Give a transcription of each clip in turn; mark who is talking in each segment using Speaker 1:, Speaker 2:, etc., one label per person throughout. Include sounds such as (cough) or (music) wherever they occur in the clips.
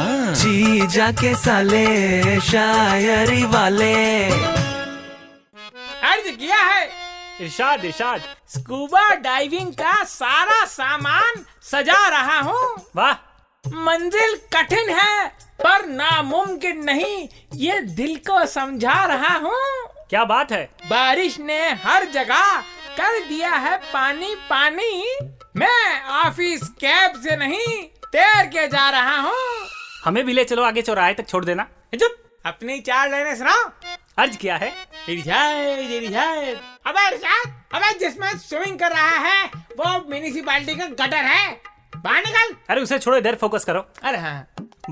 Speaker 1: जी जाके साले शायरी वाले
Speaker 2: अर्ज किया है
Speaker 3: इरशाद इरशाद
Speaker 2: स्कूबा डाइविंग का सारा सामान सजा रहा हूँ
Speaker 3: वाह
Speaker 2: मंजिल कठिन है पर नामुमकिन नहीं ये दिल को समझा रहा हूँ
Speaker 3: क्या बात है
Speaker 2: बारिश ने हर जगह कर दिया है पानी पानी मैं ऑफिस कैब से नहीं तैर के जा रहा हूँ
Speaker 3: हमें भी ले चलो आगे चौराहे तक छोड़ देना
Speaker 2: चुप अपनी चार लाइनें सुनाओ
Speaker 3: अर्ज किया है
Speaker 2: इर्शाद इर्शाद अबे इर्शाद अबे जिसमें स्विमिंग कर रहा है वो म्यूनिसिपालिटी का गटर है बाहर निकल
Speaker 3: अरे उसे छोड़ो इधर फोकस करो
Speaker 2: अरे हाँ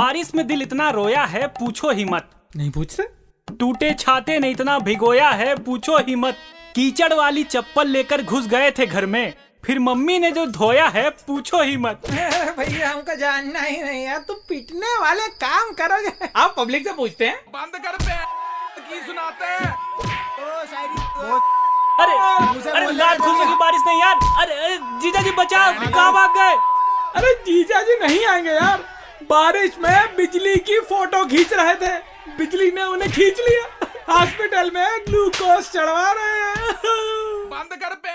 Speaker 3: बारिश में दिल इतना रोया है पूछो ही मत
Speaker 2: नहीं पूछते
Speaker 3: टूटे छाते ने इतना भिगोया है पूछो ही मत कीचड़ वाली चप्पल लेकर घुस गए थे घर में फिर मम्मी ने जो धोया है पूछो ही मत
Speaker 2: अरे (laughs) भैया हमको जानना ही नहीं यार तुम पिटने वाले काम करोगे आप पब्लिक से पूछते हैं
Speaker 4: बंद कर पे की सुनाते हैं
Speaker 3: अरे अरे लात खुल गई बारिश नहीं यार अरे अरे जीजा जी बचाओ कहाँ भाग गए
Speaker 2: अरे जीजा जी नहीं आएंगे यार बारिश में बिजली की फोटो खींच रहे थे बिजली ने उन्हें खींच लिया हॉस्पिटल में ग्लूकोज चढ़वा रहे हैं
Speaker 4: बंद कर पे